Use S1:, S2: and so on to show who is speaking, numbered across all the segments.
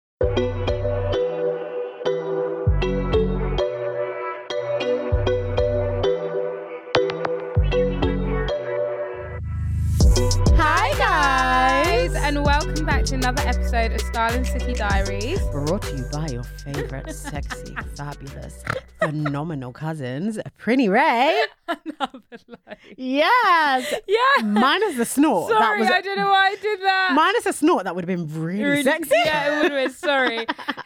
S1: Hi guys, and welcome back to another episode of Starling City Diaries.
S2: Brought to you by your favorite, sexy, fabulous, phenomenal cousins, Prinny Ray. Yes.
S1: Yeah.
S2: Minus the snort. That
S1: Sorry,
S2: was-
S1: I don't know why I did that.
S2: Minus a snort, that would have been really,
S1: Really-
S2: sexy.
S1: Yeah, it would have been. Sorry.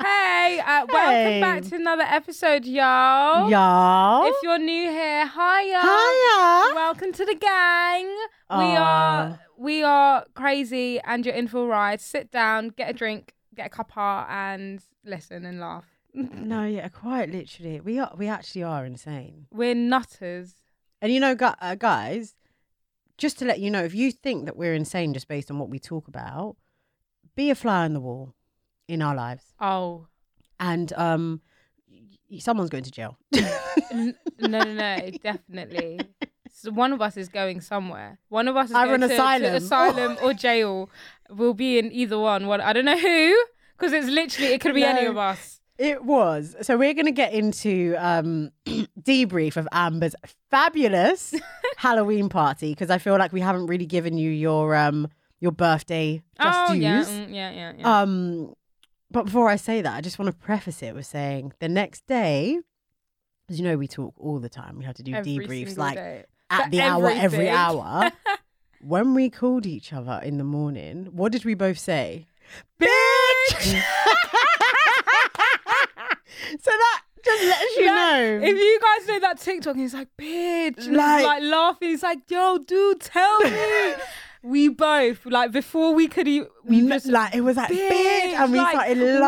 S1: hey, uh, welcome
S2: Hey.
S1: back to another episode, y'all.
S2: Y'all.
S1: If you're new here, hiya.
S2: Hiya.
S1: Welcome to the gang. We
S2: Aw.
S1: are we are crazy, and you're in for a ride. Sit down, get a drink, get a cuppa, and listen and laugh.
S2: No, yeah, quite literally. We are. We actually are insane.
S1: We're nutters.
S2: And you know, gu- uh, guys, just to let you know, if you think that we're insane just based on what we talk about, be a fly on the wall in our lives,
S1: Oh.
S2: and um, y- someone's going to jail.
S1: N- no, no, no, definitely. So one of us is going somewhere. One of us is
S2: Either
S1: going
S2: an
S1: to, to
S2: asylum.
S1: asylum or jail. We'll be in either one. One, I don't know who, because it's literally it could be any
S2: No.
S1: of us.
S2: It was. So we're going to get into um debrief of Amber's fabulous Halloween party because I feel like we haven't really given you your um your birthday just
S1: oh
S2: dues.
S1: yeah, mm, yeah, yeah, yeah.
S2: Um but before I say that, I just want to preface it with saying the next day as you know, we talk all the time. We have to do
S1: Every
S2: debriefs
S1: single
S2: like
S1: day.
S2: at
S1: For
S2: the hour, every
S1: everything.
S2: hour. when we called each other in the morning, what did we both say? Bitch! so that just lets you know.
S1: If you guys know that TikTok, he's like, bitch, and like,
S2: Like-
S1: like laughing. He's like, yo, dude, tell me. we both like before we could e we
S2: N-
S1: just
S2: like, it was like, "Bitch," and we
S1: like,
S2: started
S1: what the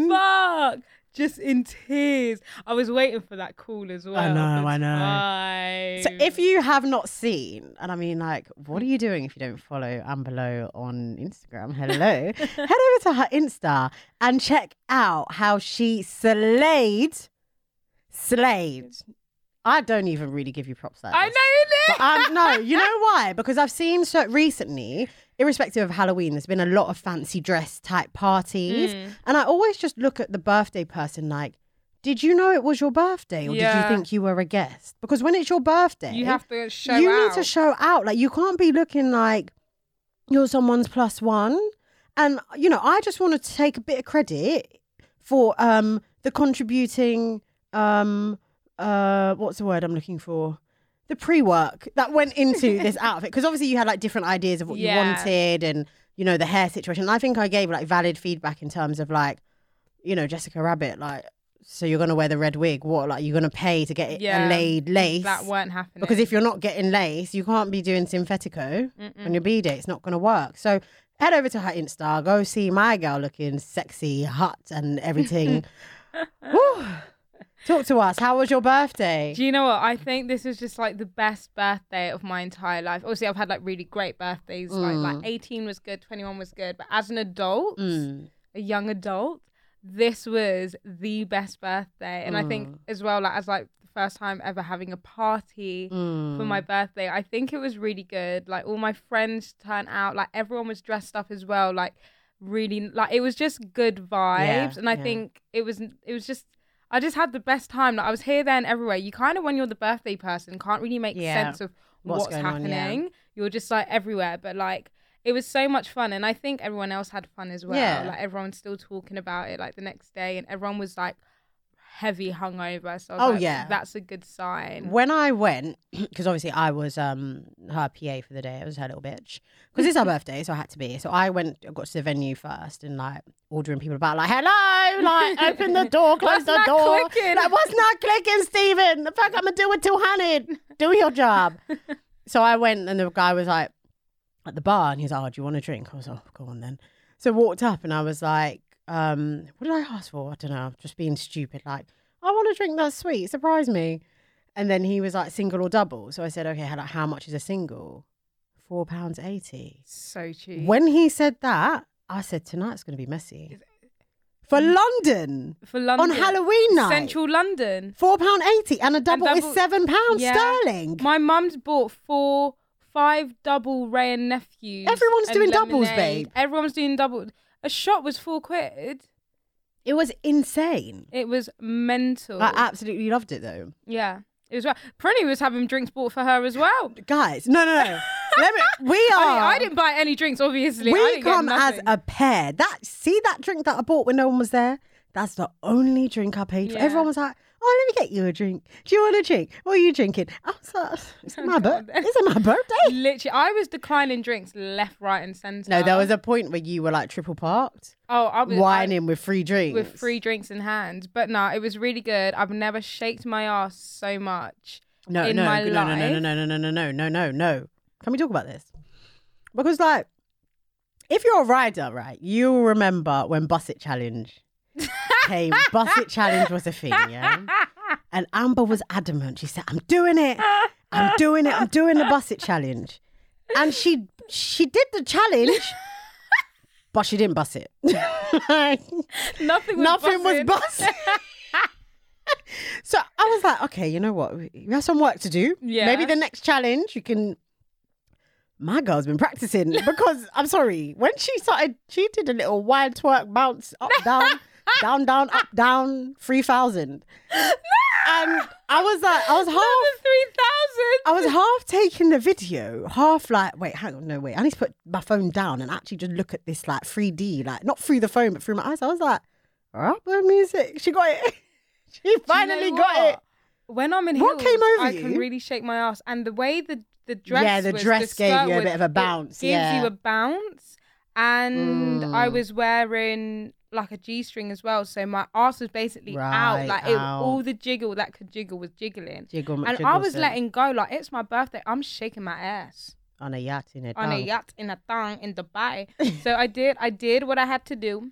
S2: laughing.
S1: fuck? Just in tears. I was waiting for that call as well. at
S2: know,
S1: the
S2: I know. so
S1: time.
S2: if you have not seen, and I mean, like, what are you doing if you don't follow Amber Lowe on Instagram? Hello. Head over to her Insta and check out how she slayed. Slayed. I don't even really give you props like
S1: I
S2: this.
S1: know it.
S2: But, um, no, you know why? Because I've seen so recently, irrespective of Halloween, there's been a lot of fancy dress type parties,
S1: Mm.
S2: and I always just look at the birthday person like, "Did you know it was your birthday, or
S1: Yeah.
S2: did you think you were a guest?" Because when it's your birthday,
S1: You have to show
S2: you
S1: out.
S2: need to show out. Like you can't be looking like you're someone's plus one. And you know, I just want to take a bit of credit for um the contributing um uh what's the word I'm looking for? The pre-work that went into this outfit because obviously you had like different ideas of what
S1: Yeah.
S2: you wanted and you know the hair situation. And I think I gave like valid feedback in terms of like you know Jessica Rabbit like so you're going to wear the red wig what like you're going to pay to get it
S1: Yeah.
S2: a laid lace
S1: that weren't happening
S2: because if you're not getting lace, you can't be doing Synthetico on your B day. It's not going to work. So head over to her Insta, go see my girl looking sexy, hot, and everything. Woo. Talk to us. How was your birthday?
S1: Do you know what? I think this is just like the best birthday of my entire life. Obviously, I've had like really great birthdays. Like, like 18 was good, 21 was good. But as an adult, a young adult, this was the best birthday. And I think as well, like as like the first time ever having a party for my birthday, I think it was really good. Like all my friends turned out, like everyone was dressed up as well. Like really like it was just good vibes. and I
S2: yeah.
S1: think it was it was just I just had the best time. Like I was here, there, and everywhere. You kind of, when you're the birthday person, can't really make
S2: Yeah.
S1: sense of what's,
S2: What's going on,
S1: happening.
S2: yeah.
S1: You're just like everywhere, but like it was so much fun, and I think everyone else had fun as well.
S2: Yeah.
S1: Like everyone's still talking about it, like the next day, and everyone was like heavy hungover. So I was
S2: Oh,
S1: like,
S2: yeah.
S1: that's a good sign.
S2: When I went, because obviously I was um her PA for the day, I was her little bitch. Because it's her birthday, so I had to be. So I went, I got to the venue first and like ordering people about, like, hello, like, open the door,
S1: What's
S2: close the
S1: not
S2: door.
S1: clicking?
S2: Like, what's not clicking, Stephen? The fuck I'm gonna do with 200? Do your job. so I went, and the guy was like, at the bar, and he's like, oh, do you want a drink? I was like, oh, go on then. So I walked up and I was like, um, what did I ask for? I don't know. I'm just being stupid. Like, I want to drink that sweet. Surprise me. And then he was like, single or double. So I said, okay, how, like, how much is a single? Four pounds eighty.
S1: So cheap.
S2: When he said that, I said, tonight's going to be messy. For London,
S1: for London
S2: on Halloween night,
S1: Central London.
S2: four pound eighty, and a double,
S1: double-
S2: is seven pounds
S1: Yeah.
S2: sterling.
S1: My mum's bought four, five double Ray and nephews.
S2: Everyone's
S1: and
S2: doing doubles,
S1: lemonade.
S2: babe.
S1: Everyone's doing double. A shot was four quid.
S2: It was insane.
S1: It was mental.
S2: I absolutely loved it though.
S1: yeah, it was. Right. Prenny was having drinks bought for her as well.
S2: Guys, no, no, no. Let me, we are.
S1: I, mean, I didn't buy any drinks, obviously. I
S2: We
S1: didn't get
S2: come as
S1: nothing.
S2: a pair. That see that drink that I bought when no one was there. That's the only drink I paid for.
S1: Yeah.
S2: Everyone was like, "Oh, let me get you a drink. Do you want a drink? What are you drinking?" I was like, "It's my birthday. It's my birthday."
S1: Literally, I was declining drinks left, right, and centre.
S2: No, there was a point where you were like triple parked,
S1: oh, I was I-
S2: whining with free drinks.
S1: with free drinks in hand. But no, it was really good. I've never shaked my ass so much
S2: no,
S1: in
S2: no,
S1: my
S2: no,
S1: life.
S2: no, no, no, no, no, no, no, no, no, no. Can we talk about this? Because like, if you're a rider, right, you'll remember when Busset Challenge came. Busset Challenge was a thing, yeah. And Amber was adamant. She said, "I'm doing it. I'm doing it. I'm doing the Busset Challenge." And she she did the challenge, but she didn't bus it.
S1: Nothing was
S2: Nothing was
S1: busted.
S2: busted. so I was like, okay, you know what? You have some work to do.
S1: Yeah.
S2: Maybe the next challenge you can. My girl's been practicing because I'm sorry. When she started, she did a little wide twerk bounce up down, down down up down three thousand, and I was like, I was half.
S1: Three thousand.
S2: I was half taking the video, half like, wait, hang on, no, wait. I need to put my phone down and actually just look at this like 3D, like not through the phone, but through my eyes. I was like, rapper music. She got it. she finally got it.
S1: When I'm in
S2: What
S1: heels,
S2: came over
S1: I can
S2: you?
S1: really shake my ass. And the way the the dress,
S2: Yeah, the
S1: was-
S2: dress gave
S1: skirt
S2: you a
S1: was-
S2: bit of a
S1: it
S2: bounce,
S1: Gives
S2: yeah. Mm.
S1: you a bounce, and I was wearing like a g string as well, so my ass was basically
S2: Right,
S1: out. Like it,
S2: out.
S1: all the jiggle that could jiggle was jiggling,
S2: Jiggle,
S1: and I
S2: jiggle,
S1: was
S2: so-
S1: letting go. Like it's my birthday, I'm shaking my ass
S2: On a yacht in a
S1: on a
S2: dunk.
S1: yacht in a thong in Dubai. so I did, I did what I had to do.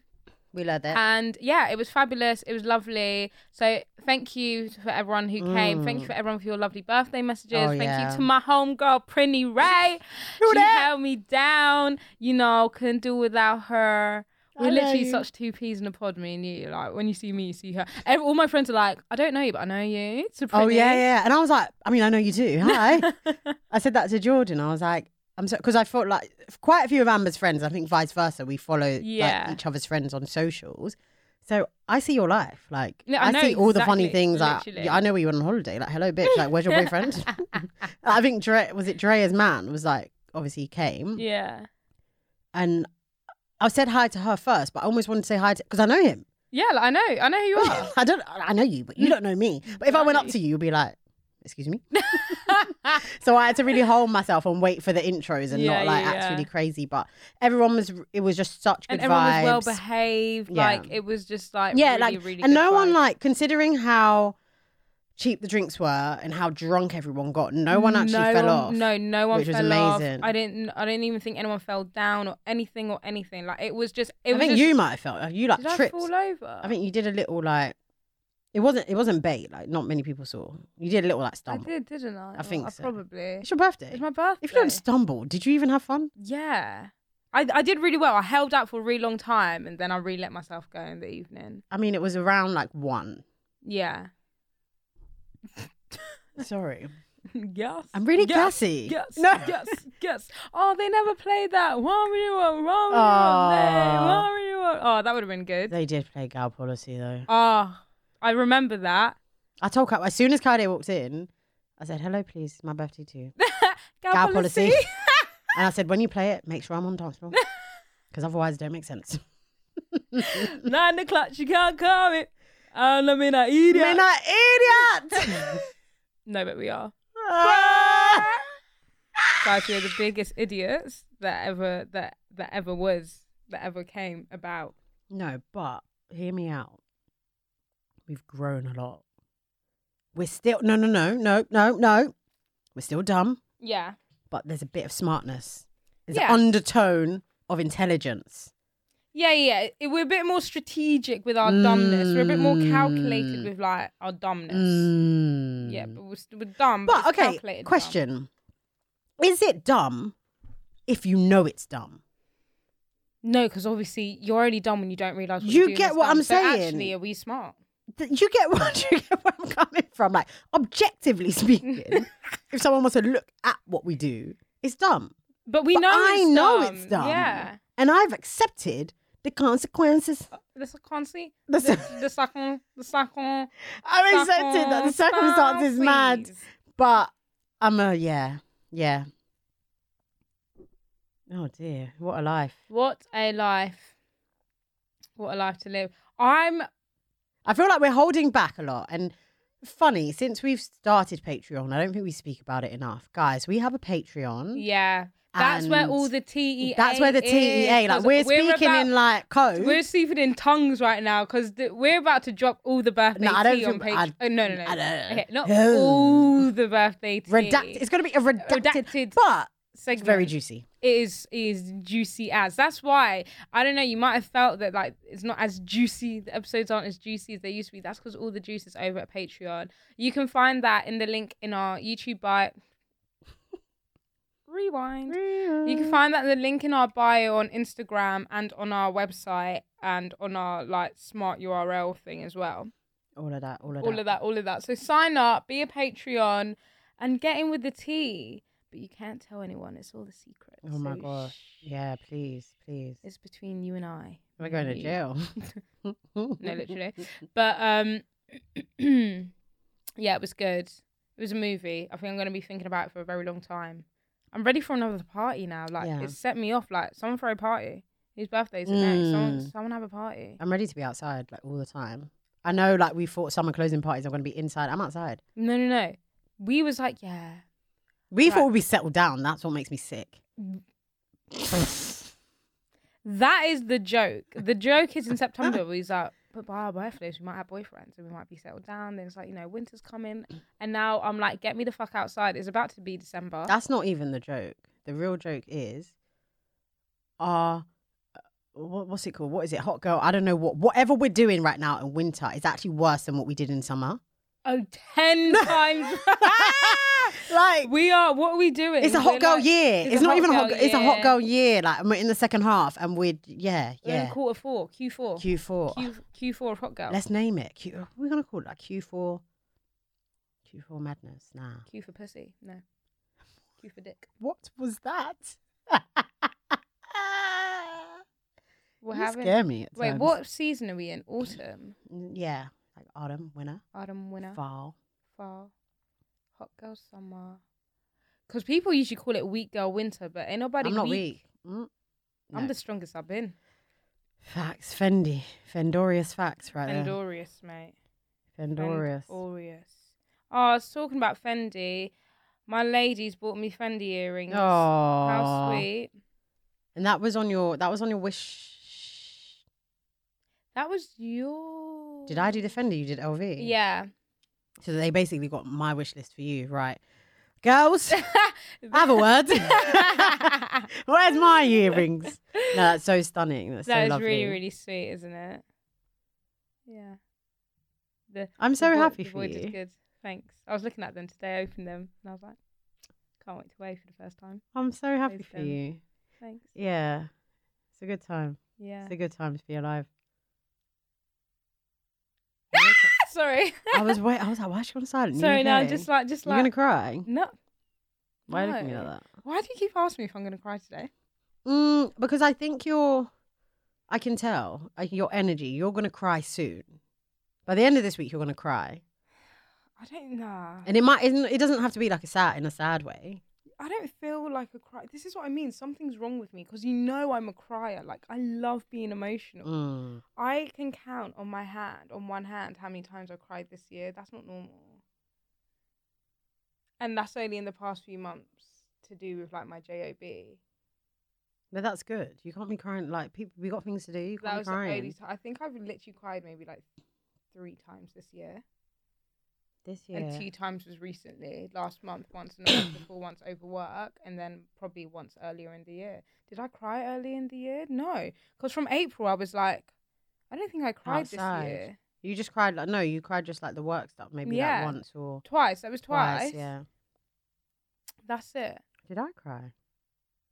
S2: We love that.
S1: And yeah, it was fabulous. It was lovely. So thank you for everyone who came. Thank you for everyone for your lovely birthday messages.
S2: Mm. Oh,
S1: thank
S2: yeah.
S1: you to my homegirl, Prinny Ray.
S2: Who
S1: she
S2: dat?
S1: held me down. You know, couldn't do without her. We're
S2: I know
S1: literally
S2: you.
S1: such two peas in a pod, me and you. Like when you see me, you see her. Ev- all my friends are like, I don't know you, but I know you. So
S2: Oh
S1: Prinny.
S2: yeah, yeah. And I was like, I mean, I know you do. Hi. I said that to Jordan. I was like, I'm so because I felt like quite a few of Amber's friends. I think vice versa. We follow
S1: Yeah.
S2: like, each other's friends on socials. So I see your life. Like
S1: No,
S2: I,
S1: I know
S2: see all the funny
S1: exactly,
S2: things. Like,
S1: literally.
S2: I know where you went on holiday. Like hello, bitch. Like where's your boyfriend? I think Dre was it Drea's man was like obviously he came
S1: Yeah.
S2: and I said hi to her first, but I almost wanted to say hi to because I know him.
S1: Yeah, like, I know. I know who you are.
S2: I don't. I know you,
S1: Mm.
S2: but you don't know me. But if I went up to you, you'd be like, "Excuse me." so I had to really hold myself and wait for the intros and
S1: Yeah,
S2: not like
S1: yeah,
S2: act
S1: yeah.
S2: really crazy. But everyone was. It was just such good
S1: and everyone
S2: vibes.
S1: was well behaved.
S2: Yeah.
S1: Like it was just like
S2: yeah,
S1: really,
S2: like
S1: really
S2: and
S1: good
S2: no one
S1: vibes.
S2: like considering how cheap the drinks were and how drunk everyone got. No one actually
S1: no
S2: fell
S1: one-
S2: off.
S1: No, no one
S2: which was
S1: fell off.
S2: amazing.
S1: I didn't. I didn't even think anyone fell down or anything or anything. Like it was just. It
S2: I
S1: was
S2: think
S1: just,
S2: you might have felt. You like
S1: Did I
S2: tripped.
S1: fall over?
S2: I think you did a little like. It wasn't. It wasn't bait. Like not many people saw. You did a little like
S1: I
S2: stumble.
S1: did, didn't I?
S2: I think
S1: Well,
S2: so.
S1: probably.
S2: It's your birthday.
S1: It's my birthday.
S2: If you don't stumble, did you even have fun?
S1: yeah. I, I did really well. I held out for a really long time and then I really let myself go in the evening.
S2: I mean, it was around like one.
S1: Yeah.
S2: Sorry.
S1: Yes.
S2: I'm really
S1: yes,
S2: gassy.
S1: Yes.
S2: No.
S1: Yes. Yes. Oh, they never played that. One really one. One really
S2: Aw.
S1: one. One really one. Oh, that would have been good.
S2: They did play Gal Policy though.
S1: Oh, I remember that.
S2: I told Kat, as soon as Kylie walked in, I said, hello, please. It's my birthday too.
S1: Gal,
S2: Gal Policy. and I said, when you play it, make sure I'm on dance floor. Because otherwise, it don't make sense.
S1: Nine o'clock, she can't come it. I don't know, me not idiot.
S2: You're not idiot.
S1: No, but we are.
S2: Ah.
S1: Guys, we're the biggest idiots that ever that that ever was that ever came about.
S2: no, but hear me out. We've grown a lot. We're still no, no, no, no, no, no. We're still dumb.
S1: Yeah.
S2: but there's a bit of smartness. There's
S1: Yeah.
S2: an undertone of intelligence.
S1: Yeah, yeah. It- We're a bit more strategic with our dumbness. We're a bit more calculated
S2: Mm.
S1: with like our dumbness.
S3: Mm.
S1: Yeah, but we're, st- we're dumb.
S2: But
S1: it's
S2: okay,
S1: calculated dumb.
S2: question. Is it dumb if you know it's dumb?
S1: No, because obviously you're only dumb when you don't realize. What
S2: You
S1: you're doing
S2: get
S1: is
S2: what
S1: dumb.
S2: I'm
S1: So
S2: saying?
S1: Actually, are we smart?
S2: Th- You get what you get where I'm coming from. Like objectively speaking, if someone wants to look at what we do, it's dumb.
S1: But we
S2: But
S1: know.
S2: I
S1: it's
S2: know
S1: dumb.
S2: it's dumb.
S1: Yeah. Oh,
S2: And I've accepted the consequences.
S1: The circumstances. The
S2: The cir-
S1: the circum- the circum-
S2: I've accepted that the circumstance is mad.
S1: circumstances.
S2: But I'm a yeah. Yeah. Oh dear. What a life.
S1: What a life. What a life to live. I'm
S2: I feel like we're holding back a lot. And funny, since we've started Patreon, I don't think we speak about it enough. Guys, we have a Patreon.
S1: yeah. That's where
S2: And
S1: all the TEA.
S2: That's where the
S1: is,
S2: TEA, like
S1: 'cause
S2: we're, speaking
S1: about-
S2: in like code.
S1: We're speaking in tongues right now because th- we're about to drop all the birthday
S2: No, I don't
S1: tea on
S2: think-
S1: page.
S2: I-
S1: oh, no, no, no.
S2: I don't-
S1: Okay, not
S2: No.
S1: all the birthday tea.
S2: redacted. It's going to be a redacted,
S1: Redacted.
S2: but it's
S1: segment.
S2: very juicy.
S1: It is it is juicy as. That's why I don't know. You might have felt that like it's not as juicy. The episodes aren't as juicy as they used to be. That's because all the juice is over at Patreon. You can find that in the link in our YouTube bio. Rewind. You can find that the link in our bio on Instagram and on our website and on our like smart URL thing as well.
S2: All of that, all of
S1: All
S2: that.
S1: of that, all of that. So sign up, be a Patreon, and get in with the tea. But you can't tell anyone. It's all the secret.
S2: Oh my
S1: So
S2: gosh.
S1: shh.
S2: Yeah, please, please.
S1: It's between you and I.
S2: We're going to
S1: You.
S2: jail.
S1: No, literally. But um, yeah, it was good. It was a movie. I think I'm going to be thinking about it for a very long time. I'm ready for another party now. Like
S2: Yeah.
S1: it set me off. Like someone throw a party. Whose birthday's the next? Someone,
S2: Mm.
S1: someone have a party.
S2: I'm ready to be outside like all the time. I know like we thought summer closing parties are going to be inside. I'm outside.
S1: No, no, no. We was like, yeah,
S2: We
S1: Right.
S2: thought we'd settle down. That's what makes me sick.
S1: that is the joke. The joke is in September. We was like, but by our birthdays, we might have boyfriends and we might be settled down. Then it's like, you know, winter's coming, and now I'm like, get me the fuck outside. It's about to be December.
S2: That's not even the joke. The real joke is, are what, what's it called? What is it? Hot girl? I don't know what. Whatever we're doing right now in winter is actually worse than what we did in summer.
S1: Oh, ten times.
S2: like
S1: we are. What are we doing?
S2: it's a
S1: We're
S2: hot girl
S1: like-
S2: year. It's, not even a hot.
S1: girl
S2: girl- It's a hot
S1: year.
S2: girl year. Like and we're in the second half, and we're yeah
S1: We're in
S2: yeah
S1: quarter four, Q four,
S2: Q four.
S1: Q Q four of hot girl.
S2: Let's name it. Q. What are we gonna call it? Like Q four. Q four madness. Nah.
S1: Q for pussy. No. Q for dick.
S2: What was that?
S1: We're
S2: You
S1: having.
S2: scare me. at
S1: Wait,
S2: times.
S1: what season are we in? Autumn,
S2: Yeah, like autumn, winter,
S1: autumn, winter,
S2: fall.
S1: fall, hot girl, summer. Because people usually call it weak girl winter, but ain't nobody
S2: I'm not
S1: weak.
S2: weak. Mm.
S1: I'm
S2: No.
S1: the strongest I've been.
S2: Facts, Fendi, Fendorious facts, right there.
S1: Endorious, mate.
S2: Fendorious.
S1: Fendorious. Oh, I was talking about Fendi. My ladies bought me Fendi earrings. How
S2: Aw.
S1: sweet.
S2: And that was on your that was on your wish.
S1: That was your.
S2: Did I do the Fendi? You did LV.
S1: Yeah.
S2: So they basically got my wish list for you, right? Girls, have a word. Where's my earrings? No, that's so stunning. That's
S1: That
S2: so
S1: is
S2: lovely.
S1: really, really sweet, isn't it? Yeah. The,
S2: I'm so
S1: boy-
S2: happy
S1: the
S2: for
S1: boy did
S2: you.
S1: Good. Thanks. I was looking at them today, I opened them, and I was like, can't wait to wear you for the first time.
S2: I'm so happy
S1: Praise
S2: for
S1: them.
S2: you.
S1: Thanks.
S2: Yeah, it's a good time.
S1: Yeah.
S2: It's a good time to be alive.
S1: Sorry.
S2: I was wait. I was like, why is she on silent? You
S1: Sorry, no,
S2: okay?
S1: just like, just
S2: You're
S1: like.
S2: gonna cry.
S1: No.
S2: Why are you looking at
S1: No.
S2: that?
S1: Why do you keep asking me if I'm going to cry today?
S2: Mm, because I think you're. I can tell like, your energy. You're gonna cry soon. By the end of this week, you're gonna cry,
S1: I don't know.
S2: and it might. Isn't, it doesn't have to be like a sad in a sad way.
S1: I don't feel like a cry. This is what I mean. Something's wrong with me because you know I'm a crier. Like I love being emotional.
S2: Mm.
S1: I can count on my hand, on one hand, how many times I cried this year. That's not normal. And that's only in the past few months to do with like my job.
S2: But that's good. You can't be crying. Like people, we got things to do. You
S1: That
S2: can't
S1: was
S2: be
S1: the
S2: crying.
S1: only time. I think I've literally cried maybe like three times this year.
S2: This year.
S1: and two times was recently last month once and the month before once over work and then probably once earlier in the year did i cry early in the year no because from april i was like i don't think i cried
S2: Outside.
S1: this year
S2: You just cried like no, you cried just like the work stuff, maybe
S1: Yeah.
S2: like once or
S1: twice that was twice,
S2: Yeah.
S1: that's it
S2: Did I cry?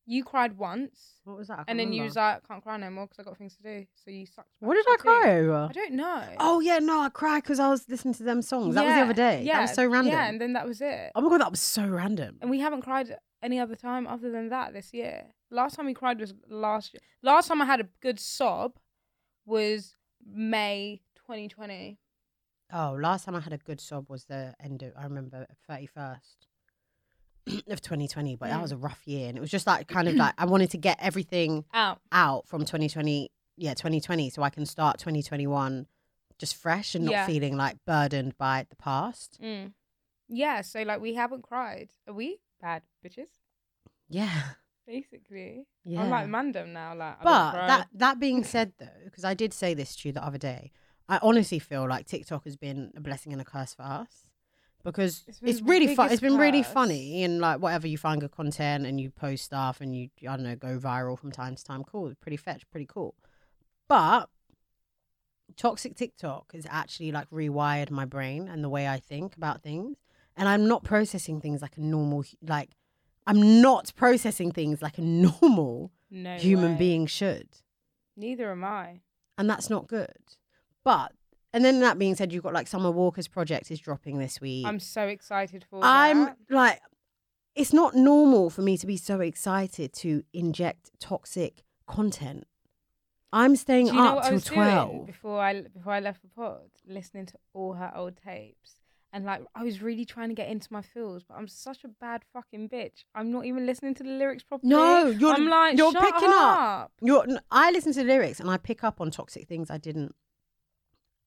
S1: you cried once
S2: What was that? I can't
S1: and then you
S2: remember.
S1: was like can't cry no more because i got things to do so you sucked my
S2: What did I
S1: fucking teeth.
S2: cry over?
S1: i don't know
S2: Oh yeah, no, I cried because I was listening to them songs. Oh, That was the
S1: Yeah,
S2: other day.
S1: yeah
S2: that was so random.
S1: yeah and then that was it
S2: oh my god, that was so random.
S1: and we haven't cried any other time other than that this year. Last time we cried was last year. Last time I had a good sob was May 2020.
S2: Oh, last time I had a good sob was the end of I remember thirty first of twenty twenty, but that
S1: Mm.
S2: was a rough year, and it was just like kind of like I wanted to get everything
S1: Out.
S2: out from twenty twenty, yeah, twenty twenty, so I can start twenty twenty one just fresh and not
S1: Yeah.
S2: feeling like burdened by the past.
S1: Mm. Yeah, so like we haven't cried. Are we bad bitches?
S2: Yeah.
S1: Basically.
S2: Yeah.
S1: I'm like mandem now. Like, I don't
S2: But
S1: cry.
S2: that that being said, though, because I did say this to you the other day, I honestly feel like TikTok has been a blessing and a curse for us because
S1: It's
S2: it's,
S1: been the
S2: really fun.
S1: biggest
S2: It's been really
S1: curse.
S2: funny and like whatever you find good content and you post stuff and you I don't know go viral from time to time. Cool, pretty fetch, pretty cool. But toxic TikTok has actually like rewired my brain and the way I think about things, and I'm not processing things like a normal hu- like. I'm not processing things like a normal
S1: no
S2: human
S1: way.
S2: being should.
S1: Neither am I.
S2: And that's not good. But, and then that being said, you've got like Summer Walker's project is dropping this week.
S1: I'm so excited for
S2: I'm,
S1: that.
S2: like, it's not normal for me to be so excited to inject toxic content. I'm staying
S1: Do you know
S2: up
S1: what I
S2: till
S1: was
S2: 12.
S1: doing before I before I left the pod? Listening to all her old tapes. And like I was really trying to get into my feels, but I'm such a bad fucking bitch. I'm not even listening to the lyrics properly.
S2: No, you're,
S1: I'm like
S2: you're
S1: "Shut
S2: picking
S1: up.
S2: You're, n- I listen to the lyrics and I pick up on toxic things I didn't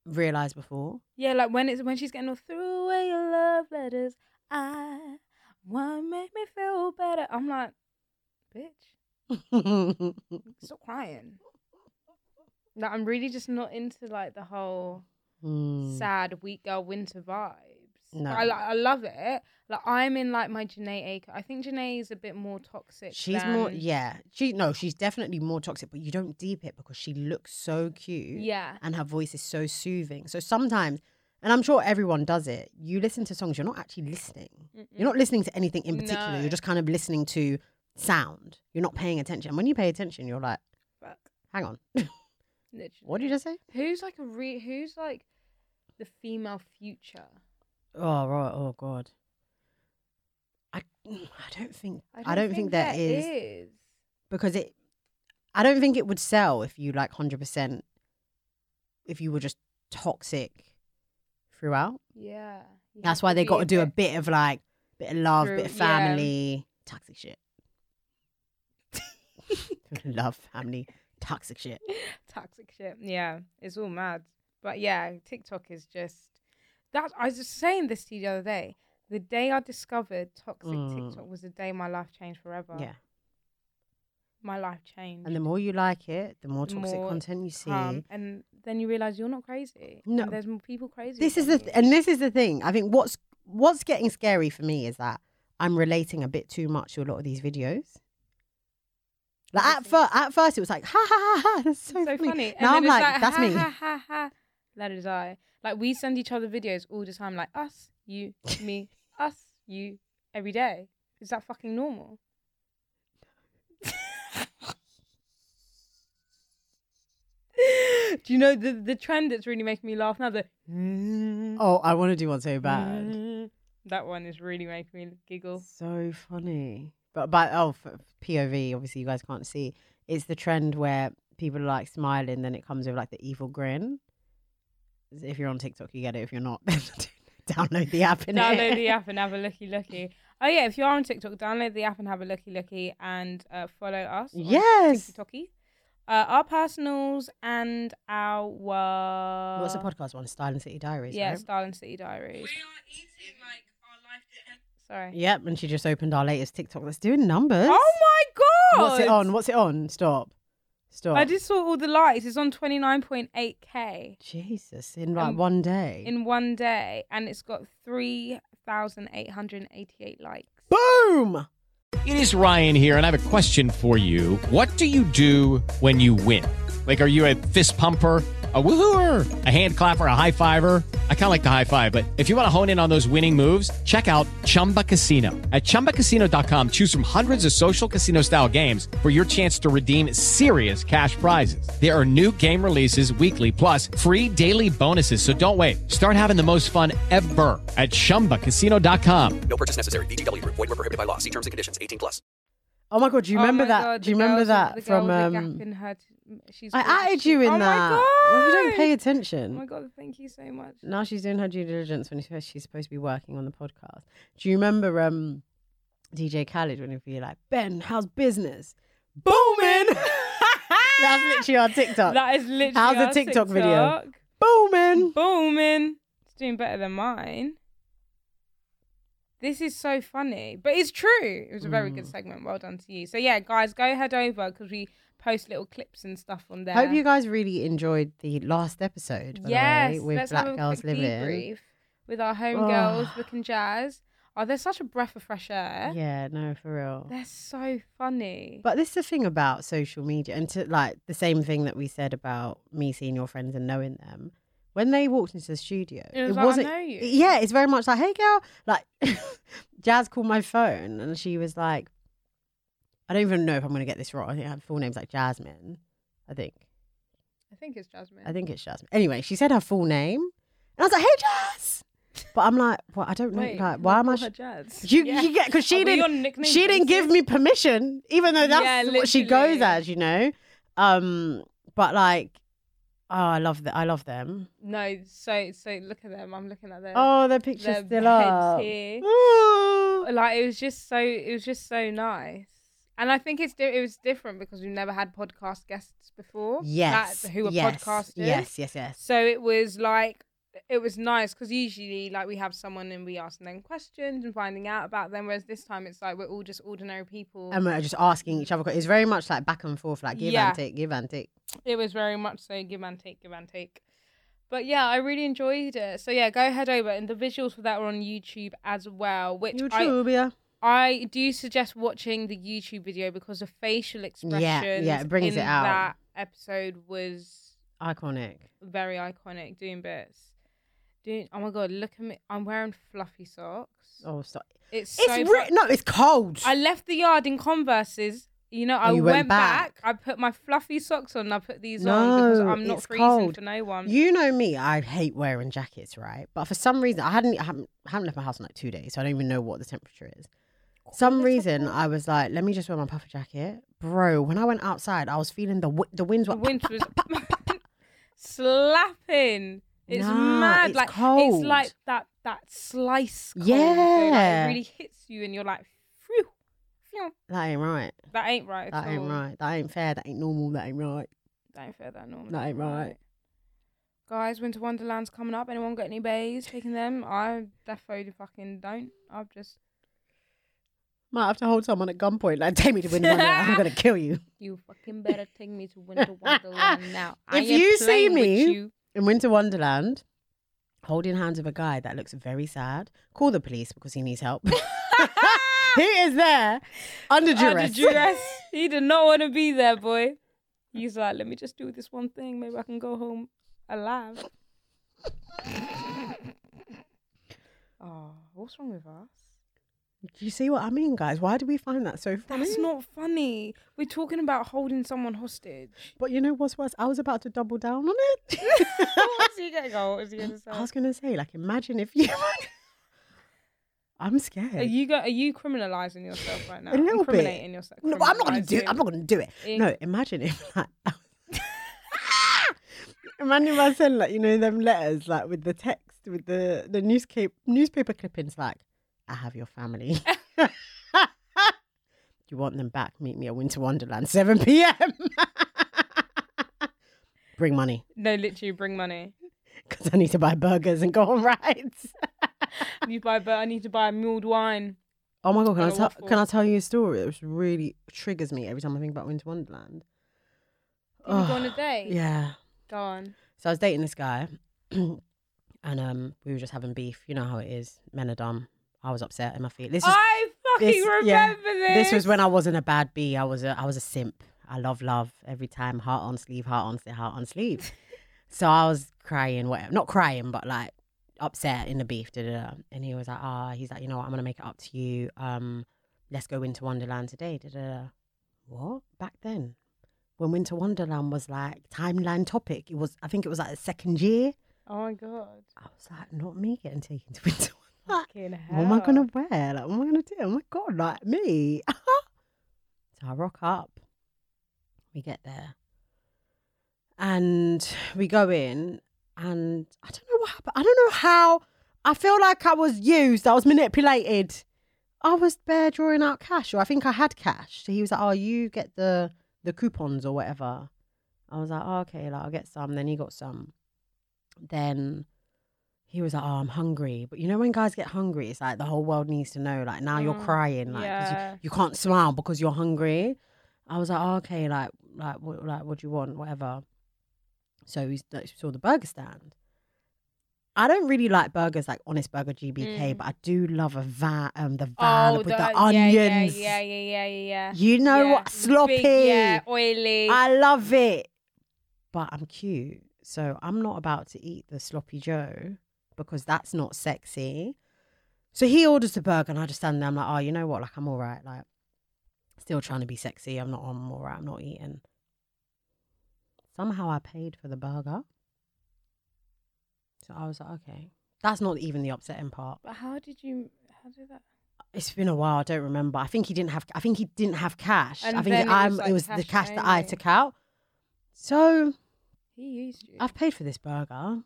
S2: realize before.
S1: Yeah, like when it's when she's getting all through away your love letters. I one make me feel better. I'm like, bitch, stop crying. Like I'm really just not into like the whole
S2: Hmm.
S1: sad weak girl winter vibes.
S2: No.
S1: I, like, I love it. Like I'm in like my Janae Aiko. I think Janae is a bit more toxic.
S2: She's more,
S1: than-
S2: yeah. She no, she's definitely more toxic, but you don't deep it because she looks so cute.
S1: Yeah.
S2: and her voice is so soothing. So sometimes, and I'm sure everyone does it, you listen to songs, you're not actually listening. You're not listening to anything in particular.
S1: No.
S2: You're just kind of listening to sound. You're not paying attention. And when you pay attention, you're like,
S1: Fuck.
S2: hang on,
S1: Literally.
S2: what did you just say?
S1: Who's like a re? Who's like the female future?
S2: Oh right, oh god. I mm, I don't think I don't, think,
S1: that
S2: there is. because it i don't think it would sell if you like 100% if you were just toxic throughout
S1: Yeah. You
S2: that's
S1: have
S2: why they
S1: be
S2: got to do a
S1: bit-
S2: bit of like bit of love
S1: Through-
S2: bit of
S1: yeah.
S2: family toxic shit love family toxic shit
S1: toxic shit. Yeah, it's all mad. But yeah, TikTok is just that. I was just saying this to you the other day. The day I discovered toxic
S2: Mm.
S1: TikTok was the day my life changed forever.
S2: yeah
S1: my life changed.
S2: and the more you like it the more
S1: the
S2: toxic
S1: more
S2: content you see
S1: calm, and then you realize you're not crazy.
S2: No.
S1: and there's more people crazy.
S2: this is
S1: than
S2: the
S1: you.
S2: th- and this is the thing i think what's what's getting scary for me is that i'm relating a bit too much to a lot of these videos like at, fir- at first it was like ha ha ha ha that's so,
S1: so funny. And
S2: now
S1: then
S2: i'm
S1: it's
S2: like, that's
S1: ha,
S2: me
S1: Ha, ha, ha. That is I. Like we send each other videos all the time, like us, you, me, us, you, every day. Is that fucking normal? Do you know the the trend that's really making me laugh now? The
S2: oh i want to do one
S1: Mm.
S2: so bad
S1: that one is really making me giggle.
S2: so funny but but oh for pov obviously you guys can't see it's the trend where people are like smiling then it comes with like the evil grin if you're on tiktok you get it if you're not download the app and
S1: download the app and have a looky looky. Oh yeah, if you are on TikTok, download the app and have a looky looky and uh, follow us. on
S2: Yes.
S1: TikToky. Uh, our personals and our
S2: what's the podcast one style and city diaries
S1: Uh, Yeah,
S2: right?
S1: Starling City Diaries. Sorry.
S2: Yep, and she just opened our latest TikTok that's doing numbers.
S1: Oh my god!
S2: What's it on? What's it on? Stop. Stop.
S1: I just saw all the likes. It's on 29.8k
S2: Jesus, in like
S1: Um,
S2: one day.
S1: in one day, and it's got 3,888 likes.
S2: Boom!
S4: It is Ryan here, and I have a question for you. What do you do when you win? Like, are you a fist pumper? A woohooer, a hand clapper, a high fiver. I kind of like the high five, but if you want to hone in on those winning moves, check out Chumba Casino. At chumbacasino.com, choose from hundreds of social casino style games for your chance to redeem serious cash prizes. There are new game releases weekly, plus free daily bonuses. So don't wait. Start having the most fun ever at chumbacasino.com.
S5: No purchase necessary. VGW Group. Void were prohibited by law. See terms and conditions. 18 plus.
S2: Oh my god, do you
S1: Oh
S2: remember
S1: my
S2: that?
S1: God,
S2: do you
S1: the
S2: remember
S1: girls are-
S2: that
S1: the
S2: from?
S1: girls are
S2: Um,
S1: gapping her t- she's
S2: I
S1: gorgeous.
S2: added you in
S1: oh
S2: that.
S1: My
S2: Well,
S1: God.
S2: you don't pay
S1: Oh
S2: attention.
S1: my god! Thank you so much.
S2: Now she's doing her due diligence when she's- she's supposed to be working on the podcast. Do you remember um, DJ Khaled when he'd be like, "Ben, how's business? Booming." That's literally our TikTok.
S1: That is literally
S2: How's the
S1: our
S2: TikTok video? Booming.
S1: Booming. It's doing better than mine. This is so funny, but it's true. It was a very
S2: Mm.
S1: good segment. Well done to you. So yeah, guys, go head over because we post little clips and stuff on there.
S2: Hope you guys really enjoyed the last episode. By
S1: yes,
S2: the way, with
S1: let's
S2: Black
S1: have a
S2: Girls
S1: quick
S2: Living.
S1: debrief with our
S2: Oh.
S1: home girls, Book and Jazz. Oh, they're such a breath of fresh air.
S2: Yeah, no, for real.
S1: They're so funny.
S2: But this is the thing about social media, and to like the same thing that we said about me seeing your friends and knowing them. When they walked into the studio,
S1: It was like, "I know you."
S2: Yeah, it's very much like, "Hey, girl." Like, Jazz called my phone, and she was like, "I don't even know if I'm going to get this wrong. I think her full name's like Jasmine. I think.
S1: I think it's Jasmine.
S2: I think it's Jasmine. Anyway, she said her full name, and I was like, "Hey, Jazz." But I'm like, "Well, I don't know.
S1: Wait,
S2: like,
S1: can
S2: why
S1: I
S2: am I?"
S1: call
S2: sh-
S1: her Jazz?
S2: You,
S1: Yeah.
S2: you get because
S1: Are
S2: she
S1: we on
S2: didn't.
S1: nickname
S2: She didn't give
S1: basis?
S2: me permission, even though
S1: Yeah,
S2: that's what she goes
S1: literally.
S2: as, you know. Um, but like, oh, I love that. I love them.
S1: No, so so look at them. I'm looking at them.
S2: Oh, their pictures
S1: their heads
S2: still up.
S1: here.
S2: Ooh.
S1: like it was just so it was just so nice and i think it's di- it was different because we've never had podcast guests before that-
S2: Yes,
S1: who were
S2: yes,
S1: podcasters
S2: Yes, yes, yes.
S1: so it was like it was nice because usually like we have someone and we asking them questions and finding out about them whereas this time it's like we're all just ordinary people
S2: And we're just asking each other. 'cause It's very much like back and forth, like give
S1: Yeah.
S2: and take, give and take.
S1: it was very much so give and take give and take but yeah, I really enjoyed it. So yeah, go head over, and the visuals for that are on YouTube as well, which I
S2: YouTubia.
S1: I do suggest watching the YouTube video because the facial expressions
S2: yeah, it brings
S1: in
S2: it out.
S1: that episode was
S2: Iconic.
S1: very iconic. Doing bits, doing. Oh my god, look at me! I'm wearing fluffy socks.
S2: Oh, stop.
S1: It's so
S2: It's ri-
S1: fu-
S2: no, it's cold.
S1: I left the yard in Converse's. You know, I
S2: Oh, you
S1: went,
S2: went
S1: back.
S2: back.
S1: I put my fluffy socks on. and I put these on because I'm not
S2: it's
S1: freezing
S2: cold.
S1: for no one.
S2: You know me, I hate wearing jackets, right? But for some reason, I hadn't I haven't, I haven't left my house in like two days, so I don't even know what the temperature is. Some reason I was like, let me just wear my puffer jacket, bro. When I went outside, I was feeling the wi- the winds were
S1: the wind was slapping. It's
S2: Nah,
S1: mad.
S2: it's
S1: like
S2: cold.
S1: it's like that that slice. Cold. So, like,
S2: Yeah.
S1: it really hits you, and you're like, phew, phew.
S2: that ain't right.
S1: That ain't right. at
S2: That ain't
S1: all.
S2: right. That ain't fair. That ain't normal. That ain't right.
S1: That ain't fair. That normal.
S2: That ain't right.
S1: Guys, Winter Wonderland's coming up. Anyone got any bays taking them? I definitely fucking don't. I've just
S2: Might have to hold someone at gunpoint. Like, take me to Winnie Wonderland. I'm gonna kill you.
S1: you fucking better take me to Winter Wonderland now. I
S2: If
S1: ain't
S2: you see
S1: playing with
S2: me-
S1: you.
S2: in Winter Wonderland, holding hands with a guy that looks very sad, call the police because he needs help. he is there under duress.
S1: Under duress. he did not want to be there, boy. He's like, let me just do this one thing. Maybe I can go home alive. oh, what's wrong with us?
S2: Do you see what I mean, guys? Why do we find that so funny?
S1: That's not funny. We're talking about holding someone hostage.
S2: But you know what's worse? I was about to double down on it.
S1: what's he gonna go? What is he gonna say?
S2: I was gonna say, like, imagine if you. I'm scared.
S1: Are you go- are you criminalizing yourself right now?
S2: a little bit.
S1: Incriminating yourself.
S2: No, I'm not gonna do.
S1: Criminalising.
S2: I'm not gonna do it.
S1: Yeah.
S2: No, imagine if like. Imagine if I send like you know them letters like with the text with the the newscape newspaper clippings like, I have your family. you want them back? Meet me at Winter Wonderland, seven p.m. Bring money
S1: No, literally, bring money.
S2: because I need to buy burgers and go on rides.
S1: You buy, but I need to buy mulled wine.
S2: Oh my god! Can
S1: Got
S2: I
S1: a
S2: tell?
S1: waffle.
S2: Can I tell you a story? It was really triggers me every time I think about Winter Wonderland.
S1: Did you go on a date?
S2: Yeah.
S1: Go on.
S2: So I was dating this guy, and um, we were just having beef. You know how it is. Men are dumb. I was upset in my feet. This is
S1: I fucking
S2: this-
S1: remember
S2: yeah.
S1: this.
S2: This was when I wasn't a bad bee. I was a I was a simp. I love love every time. Heart on sleeve, heart on sleeve, heart on sleeve. so I was crying, whatever. Not crying, but like upset in the beef. Da, da, da. And he was like, ah, he's like, you know what? I'm gonna make it up to you. Um, let's go into Wonderland today. Da, da, da. What back then? When Winter Wonderland was like timeline topic, it was I think it was like the second year.
S1: Oh my god.
S2: I was like, not me getting taken to Winter Wonderland.
S1: Fucking hell.
S2: What am I gonna wear? Like, what am I gonna do? Oh my god, like me. so I rock up. We get there, and we go in, and I don't know what happened. I don't know how. I feel like I was used. I was manipulated. I was bare drawing out cash, or I think I had cash. So he was like, "Oh, you get the the coupons or whatever." I was like, oh, "Okay, like I'll get some." Then he got some. Then he was like, "Oh, I'm hungry." But you know when guys get hungry, it's like the whole world needs to know. Like now you're
S1: Mm,
S2: crying, like 'cause
S1: yeah.
S2: you, you can't smile because you're hungry. I was like, oh, "Okay, like like what like what do you want, whatever." So we like, saw the burger stand. I don't really like burgers like Honest Burger GBK,
S1: Mm.
S2: but I do love a va- um, the
S1: Oh,
S2: van with the,
S1: yeah, yeah,
S2: onions.
S1: Yeah, yeah, yeah, yeah, yeah.
S2: You know
S1: Yeah.
S2: what? Sloppy.
S1: Big, yeah, oily.
S2: I love it. But I'm cute. So I'm not about to eat the sloppy Joe because that's not sexy. So he orders the burger and I just stand there. I'm like, oh, you know what? Like, I'm all right. Like, still trying to be sexy. I'm not on. I'm all right. I'm not eating. Somehow I paid for the burger. So I was like, okay. That's not even the upsetting part.
S1: but how did you? How did that?
S2: It's been a while. I don't remember. I think he didn't have. I think he didn't have cash.
S1: And
S2: I think
S1: then
S2: it,
S1: it was,
S2: I'm,
S1: like,
S2: it was the
S1: cash
S2: cash that I
S1: only.
S2: took out. So
S1: He used you.
S2: I've paid for this burger,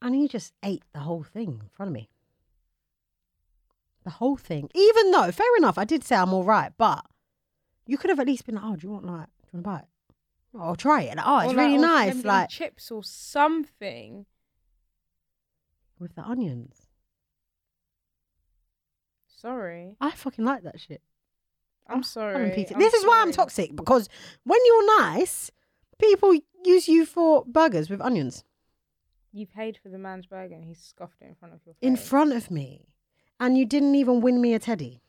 S2: and he just ate the whole thing in front of me. The whole thing. Even though, fair enough, I did say I'm all right, but you could have at least been like, "Oh, do you want like, do you want to buy it? Oh, I'll try it. Like, oh, it's
S1: Or, like,
S2: really
S1: or them
S2: nice,
S1: little
S2: like
S1: chips or something.
S2: with the onions.
S1: Sorry,
S2: I fucking like that shit."
S1: I'm
S2: I'm
S1: sorry.
S2: repeating-
S1: I'm
S2: this is why I'm
S1: sorry.
S2: toxic because when you're nice, people use you for burgers with onions
S1: You paid for the man's burger and he scoffed it in front of your face.
S2: in front of me, and you didn't even win me a teddy.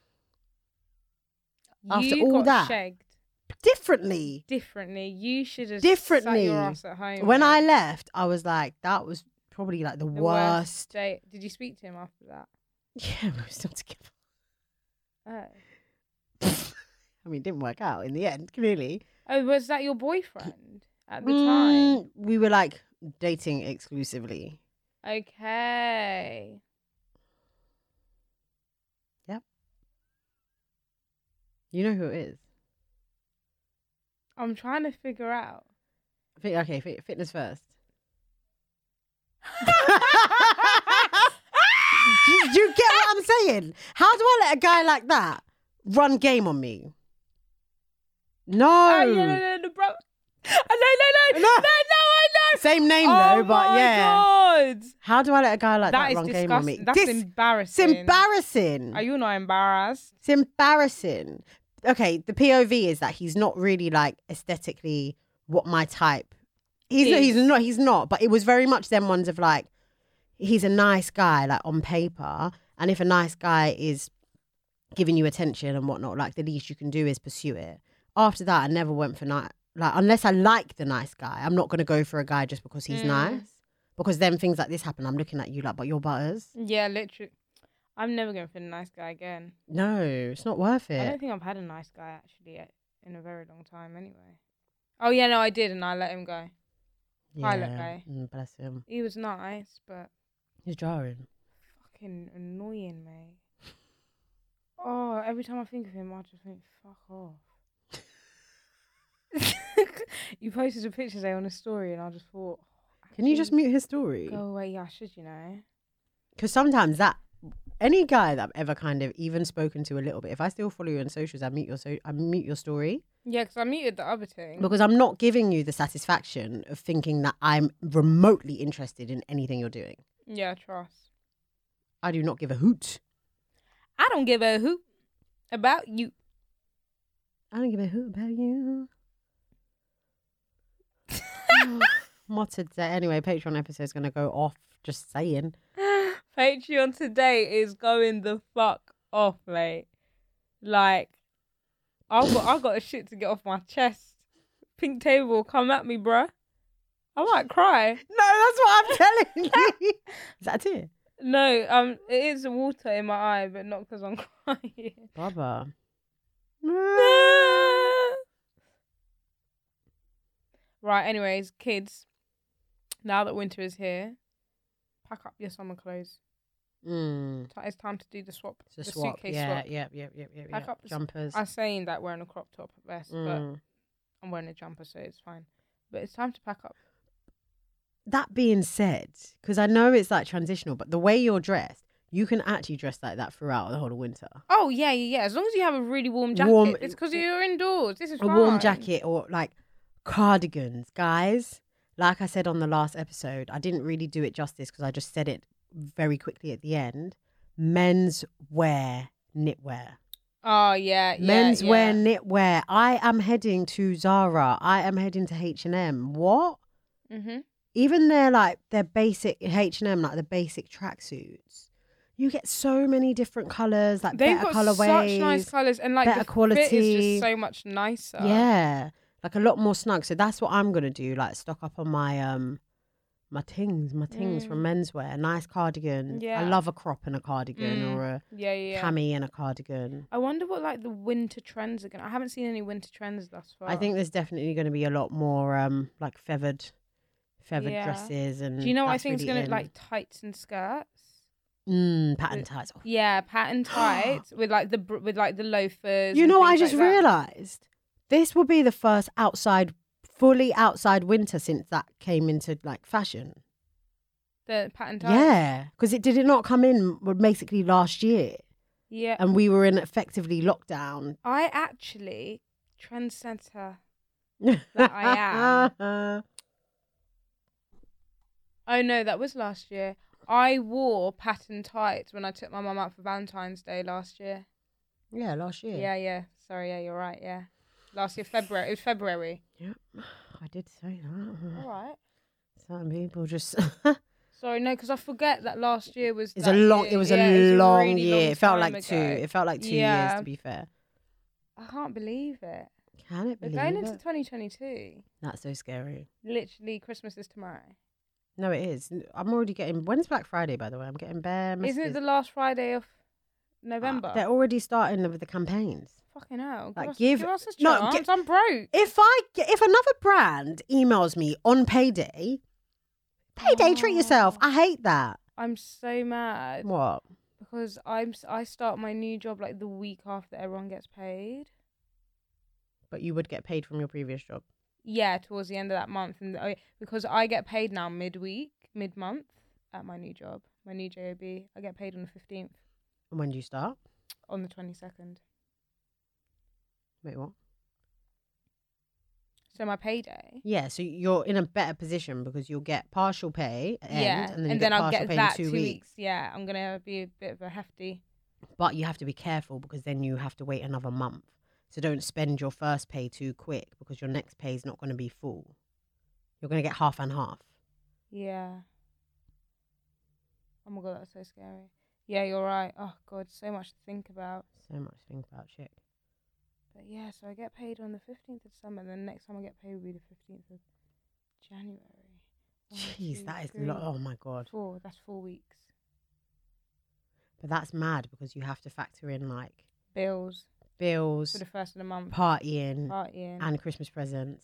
S2: after
S1: You
S2: all
S1: got
S2: that.
S1: shagged
S2: Differently,
S1: differently. You should have Sat
S2: differently.
S1: your ass at home.
S2: when I
S1: man.
S2: left, I was like, that was probably like the,
S1: The
S2: worst.
S1: date. Did you speak to him after that?
S2: Yeah, we were still together.
S1: Oh.
S2: I mean, it didn't work out in the end, clearly.
S1: Oh, was that your boyfriend at the time?
S2: Mm, we were like dating exclusively.
S1: Okay.
S2: You know who it is.
S1: I'm trying to figure out.
S2: Fit- Okay, fit- fitness first. Do you, do you get what I'm saying? How do I let a guy like that run game on me? No.
S1: Oh, no, no, no, no, bro. Oh, no, no, no,
S2: No.
S1: no, no, I know.
S2: Same name
S1: oh
S2: though, but
S1: my
S2: yeah.
S1: God.
S2: How do I let a guy like that,
S1: that is
S2: run game on me?
S1: disgusting. That's
S2: Dis- It's
S1: embarrassing.
S2: embarrassing.
S1: Are you not embarrassed?
S2: It's embarrassing. Okay, the POV is that he's not really like aesthetically what my type. He's not, he's
S1: Is.
S2: not he's not, but it was very much them ones of like he's a nice guy like on paper, and if a nice guy is giving you attention and whatnot, like the least you can do is pursue it. After that, I never went for night like unless I like the nice guy, I'm not gonna go for a guy just because he's
S1: Mm.
S2: nice. Because then things like this happen, I'm looking at you like, but your butters.
S1: Yeah, literally. I'm never going to fit a nice guy again.
S2: No, it's not worth
S1: I
S2: it.
S1: don't think I've had a nice guy actually yet, in a very long time anyway. Oh, yeah, no, I did, and I let him go. Pilot guy.
S2: Mm, bless him.
S1: He was nice, but
S2: He's jarring.
S1: fucking annoying, mate. Oh, every time I think of him, I just think, fuck off. you posted a picture today on a story, and I just thought, "Oh,
S2: Can you just
S1: actually,
S2: mute his story?
S1: Go away, yeah, I should, you know.
S2: Because sometimes that any guy that I've ever kind of even spoken to a little bit, if I still follow you on socials, I mute your so I mute your story
S1: Yeah, because I muted the other thing.
S2: because I'm not giving you the satisfaction of thinking that I'm remotely interested in anything you're doing.
S1: yeah, trust.
S2: I do not give a hoot.
S1: I don't give a hoot about you.
S2: I don't give a hoot about you. What a day. Anyway, Patreon episode's going to go off. Just saying.
S1: Patreon today is going the fuck off, mate. Like, I got I got a shit to get off my chest. Pink table, come at me, bruh. I might cry.
S2: No, that's what I'm telling you. Is that it?
S1: No, um, it is water in my eye, but not because I'm crying.
S2: Baba.
S1: right. Anyways, kids, now that winter is here, pack up your summer clothes.
S2: Mm.
S1: Ti- It's time to do the swap.
S2: It's a swap. Yeah, yeah, yeah, yeah, yeah.
S1: Pack up the s-
S2: Jumpers.
S1: I'm saying that wearing a crop top vest, but
S2: Mm.
S1: I'm wearing a jumper, so it's fine. But it's time to pack up.
S2: That being said, because I know it's like transitional, but the way you're dressed, you can actually dress like that throughout the whole of winter.
S1: Oh yeah, yeah, yeah. As long as you have a really warm jacket,
S2: Warm-
S1: it's because you're indoors. This is
S2: a warm
S1: fine.
S2: jacket or like cardigans, guys. Like I said on the last episode, I didn't really do it justice because I just said it very quickly at the end. Men's wear knitwear.
S1: Oh yeah, yeah
S2: Men's
S1: yeah.
S2: wear knitwear. I am heading to Zara. I am heading to H and M. What?
S1: Mm-hmm.
S2: Even their like their basic H and M, like the basic tracksuits. You get so many different colors, like
S1: They've got
S2: better
S1: such nice
S2: colourways.
S1: colors and like
S2: better
S1: the fit
S2: quality.
S1: is just so much nicer.
S2: Yeah, like a lot more snug. So that's what I'm gonna do. Like stock up on my um my things, my things from menswear. A nice cardigan. I
S1: Mm. Yeah.
S2: love a crop and a cardigan
S1: Mm.
S2: or a
S1: yeah, yeah. yeah.
S2: cami and a cardigan.
S1: I wonder what like the winter trends are gonna. I haven't seen any winter trends thus far.
S2: I think there's definitely gonna be a lot more um like feathered feathered
S1: Yeah.
S2: dresses and
S1: Do you know what I
S2: that's
S1: think is
S2: really
S1: gonna
S2: in.
S1: like tights and skirts?
S2: mm, pattern tights. Oh,
S1: Yeah, pattern tights with like the br- with like the loafers.
S2: You
S1: and
S2: know what I
S1: things
S2: just
S1: like that.
S2: realized? This will be the first outside fully outside winter since that came into like fashion.
S1: The pattern tights.
S2: Yeah, because it did it not come in well, basically last year,
S1: Yeah.
S2: and we were in effectively lockdown.
S1: I actually trendsetter. I
S2: I am.
S1: Oh no, that was last year. I wore pattern tights when I took my mum out for Valentine's Day last year.
S2: yeah, last year.
S1: Yeah, yeah. Sorry, yeah, you're right. Yeah, last year February. It was February.
S2: Yep. I did say
S1: All
S2: that.
S1: right.
S2: Some people just.
S1: Sorry, no, because I forget that last year was.
S2: it's a
S1: that
S2: long.
S1: year.
S2: It was
S1: Yeah,
S2: a long
S1: really
S2: year.
S1: long
S2: it felt
S1: time
S2: like two.
S1: ago.
S2: It felt like two years.
S1: Yeah.
S2: To be fair,
S1: I can't believe it.
S2: can it
S1: We're
S2: be?
S1: going into 2022.
S2: That's so scary.
S1: Literally, Christmas is tomorrow.
S2: No, it is. I'm already getting. When's Black Friday, by the way? I'm getting bare.
S1: Isn't it
S2: messages.
S1: the last Friday of
S2: Ah,
S1: November?
S2: They're already starting with the campaigns.
S1: Fucking hell. Give,
S2: Like,
S1: us,
S2: give-
S1: give us a
S2: no,
S1: chance.
S2: give-
S1: I'm broke.
S2: If I get, if another brand emails me on payday, payday treat yourself. I hate that.
S1: I'm so mad
S2: What?
S1: because I'm s- I start my new job like the week after everyone gets paid.
S2: But you would get paid from your previous job.
S1: Yeah, towards the end of that month, and oh, yeah, because I get paid now midweek, mid month at my new job, my new job. I get paid on the fifteenth,
S2: And when do you start?
S1: on the twenty second.
S2: Wait, what?
S1: So my payday.
S2: Yeah, so you're in a better position because you'll get partial pay at end,
S1: yeah,
S2: and then, you get
S1: I'll
S2: partial
S1: get
S2: pay
S1: that
S2: in two, weeks.
S1: Yeah, I'm gonna be a bit of a hefty.
S2: But you have to be careful because then you have to wait another month. So don't spend your first pay too quick because your next pay is not going to be full. You're going to get half and half.
S1: Yeah. Oh my god, that's so scary. Yeah, you're right. Oh god, so much to think about.
S2: So much to think about, chick.
S1: But yeah, so I get paid on the 15th of December, and then next time I get paid will be the 15th of January. One, two,
S2: Jeez, that is
S1: three,
S2: lo- oh my god.
S1: Four, that's four weeks.
S2: But that's mad because you have to factor in like
S1: Bills
S2: bills,
S1: for the first of the month,
S2: partying,
S1: partying.
S2: and Christmas presents.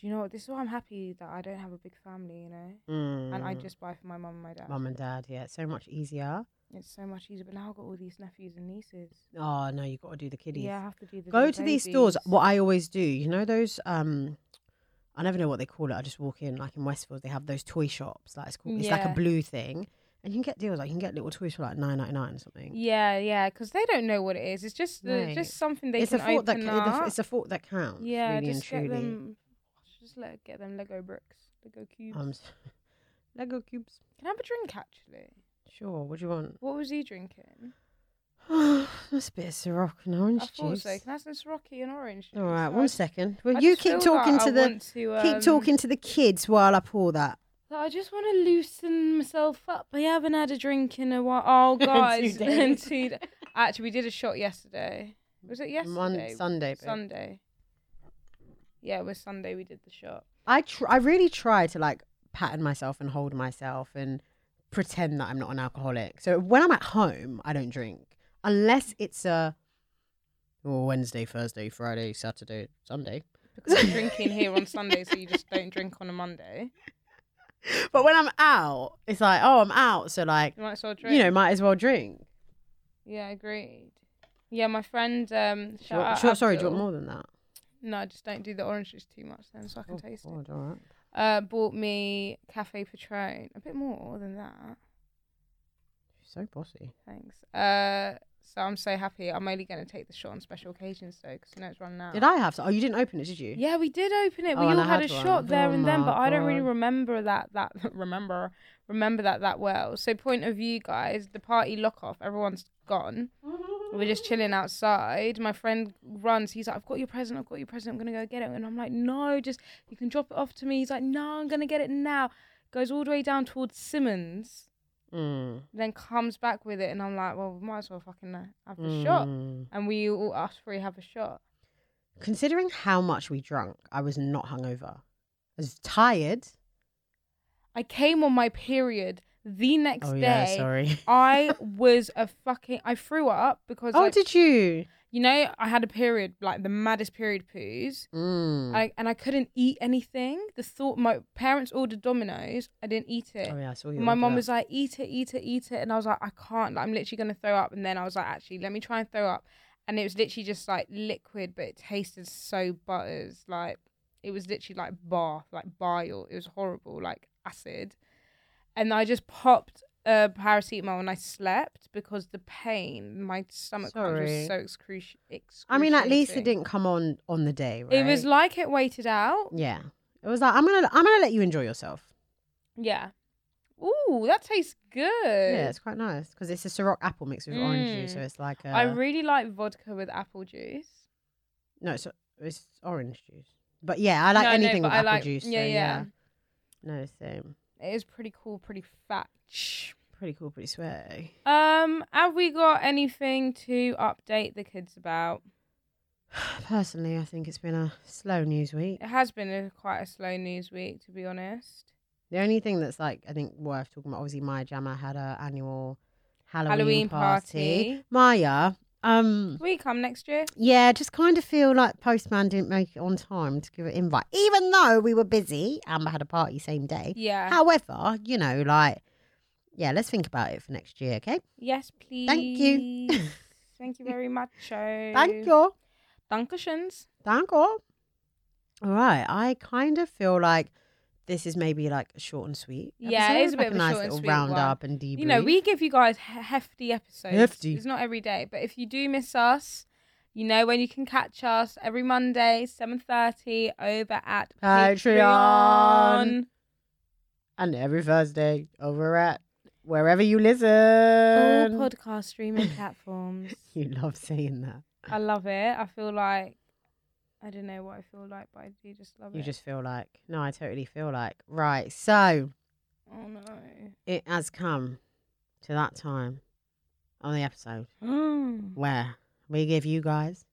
S1: Do you know what? This is why I'm happy that I don't have a big family, you know? And I
S2: Mm.
S1: just buy for my mum and my dad.
S2: mum and dad. Yeah, it's so much easier.
S1: It's so much easier. But now I've got all these nephews and nieces.
S2: Oh no, you got to do the kiddies.
S1: Yeah, I have to do the
S2: Go
S1: little
S2: to these stores.
S1: babies.
S2: What I always do, you know those. um I never know what they call it. I just walk in, like in Westfield, they have those toy shops. Like it's called, it's like a
S1: Yeah.
S2: blue thing, and you can get deals. Like you can get little toys for like nine ninety nine or something.
S1: Yeah, yeah, because they don't know what it is. It's just the,
S2: Mate,
S1: just something they
S2: it's
S1: can
S2: a thought that
S1: open
S2: ca- the-
S1: up.
S2: it's a thought that counts.
S1: yeah,
S2: really
S1: just
S2: and
S1: get
S2: truly.
S1: them. Just let get them Lego bricks, Lego cubes.
S2: Um, Lego cubes.
S1: can I have a drink actually?
S2: Sure. What do you want?
S1: What was he drinking?
S2: That's a bit of Ciroc and orange
S1: I thought
S2: juice.
S1: so. Can I have some Sirocchi and orange?
S2: All right,
S1: one
S2: one
S1: second.
S2: second. Well,
S1: I
S2: you
S1: just
S2: keep
S1: feel
S2: talking
S1: that I
S2: to the
S1: want to, um,
S2: keep talking to the kids while I pour that.
S1: So I just want to loosen myself up. I haven't had a drink in a while. Oh, guys. in
S2: days.
S1: two da- Actually, we did a shot yesterday. Was it yesterday?
S2: Mon- Sunday, babe.
S1: Sunday. Yeah, it was Sunday we did the shot.
S2: I tr- I really try to like pattern myself and hold myself and pretend that I'm not an alcoholic. So when I'm at home, I don't drink unless it's a well, Wednesday, Thursday, Friday, Saturday, Sunday.
S1: Because I'm drinking here on Sunday, so you just don't drink on a Monday.
S2: But when I'm out, it's like oh, I'm out, so like
S1: You might as well drink.
S2: you know, might as well drink.
S1: Yeah, agreed. Yeah, my friend. Um,
S2: Do
S1: shout
S2: you want-
S1: out
S2: sure, sorry, do you
S1: Abdul.
S2: want more than that?
S1: No, just don't do the orange juice too much then, so I
S2: Oh,
S1: can taste it.
S2: God, all right.
S1: Uh, bought me Cafe Patron. A bit more than that.
S2: So bossy.
S1: Thanks. Uh, so I'm so happy. I'm only going to take the shot on special occasions though, because you know it's running out.
S2: Did I have? To- oh, you didn't open it, did you?
S1: Yeah, we did open it.
S2: Oh,
S1: we all
S2: and I
S1: had,
S2: had
S1: a
S2: one.
S1: shot there
S2: Oh
S1: and then,
S2: my
S1: but I don't really
S2: God.
S1: remember that. That remember remember that that well. So point of view, guys. The party lock off. Everyone's gone. We're just chilling outside. My friend runs. He's like, "I've got your present. I've got your present. I'm gonna go get it." And I'm like, "No, just you can drop it off to me." He's like, "No, I'm gonna get it now." Goes all the way down towards Simmons.
S2: Mm.
S1: then comes back with it, and I'm like, well, we might as well fucking uh, have a shot.
S2: Mm.
S1: And we all, us three, have a shot.
S2: Considering how much we drunk, I was not hungover. I was tired.
S1: I came on my period the next
S2: Oh
S1: day.
S2: yeah, sorry.
S1: I was a fucking. I threw up because,
S2: Oh,
S1: like,
S2: did you?
S1: you know, I had a period, like the maddest period poos.
S2: Mm.
S1: I, and I couldn't eat anything. The thought, my parents ordered Dominoes. I didn't eat it.
S2: Oh yeah, I saw you.
S1: my
S2: order
S1: mom
S2: that.
S1: was like, eat it, eat it, eat it. And I was like, I can't. Like, I'm literally going to throw up. And then I was like, actually, let me try and throw up. And it was literally just like liquid, but it tasted so butters. Like, it was literally like bath, like bile. It was horrible, like acid. And I just popped a paracetamol and I slept because the pain, my stomach cramps was
S2: Sorry.
S1: so excruci- excruciating.
S2: I mean, at least it didn't come on on the day, right?
S1: It was like it waited out.
S2: yeah. It was like I'm gonna I'm gonna let you enjoy yourself.
S1: Yeah. Ooh, that tastes good.
S2: Yeah, it's quite nice because it's a Ciroc apple mixed with orange juice, so
S1: Mm.
S2: it's like uh, a,
S1: I really like vodka with apple juice.
S2: no, it's, it's orange juice. But yeah, I like
S1: No, no,
S2: anything
S1: but
S2: with
S1: I
S2: apple
S1: like-
S2: juice. so
S1: yeah, yeah.
S2: yeah. No, same.
S1: It is pretty cool, pretty fetch.
S2: Pretty cool, pretty swag.
S1: Um, have we got anything to update the kids about?
S2: Personally, I think it's been a slow news week.
S1: It has been a, quite a slow news week, to be honest.
S2: The only thing that's like I think worth talking about, obviously, Maya Jama had her annual Halloween,
S1: Halloween
S2: party.
S1: party.
S2: Maya, um,
S1: We come next year.
S2: yeah, just kind of feel like postman didn't make it on time to give an invite, even though we were busy. Amber had a party same day.
S1: Yeah.
S2: However, you know, like, yeah, let's think about it for next year, okay?
S1: yes, please.
S2: Thank you.
S1: Thank you very much.
S2: Thank you.
S1: Dankeschöns.
S2: Thank you. All right, I kind of feel like this is maybe like a short and sweet.
S1: Yeah, it
S2: episode,
S1: is a
S2: like
S1: bit of a
S2: nice
S1: short and
S2: little
S1: sweet
S2: round
S1: one.
S2: up and debrief.
S1: You know, we give you guys he- hefty episodes.
S2: Hefty.
S1: It's not every day, but if you do miss us, you know when you can catch us every Monday, seven thirty, over at
S2: Patreon.
S1: Patreon.
S2: and every Thursday over at wherever you listen.
S1: all podcast streaming platforms.
S2: you love saying that.
S1: I love it. I feel like I don't know what I feel like, but I do just love
S2: You
S1: it.
S2: just feel like, no, I totally feel like. Right, so
S1: oh
S2: it has come to that time on the episode
S1: no.
S2: where we give you guys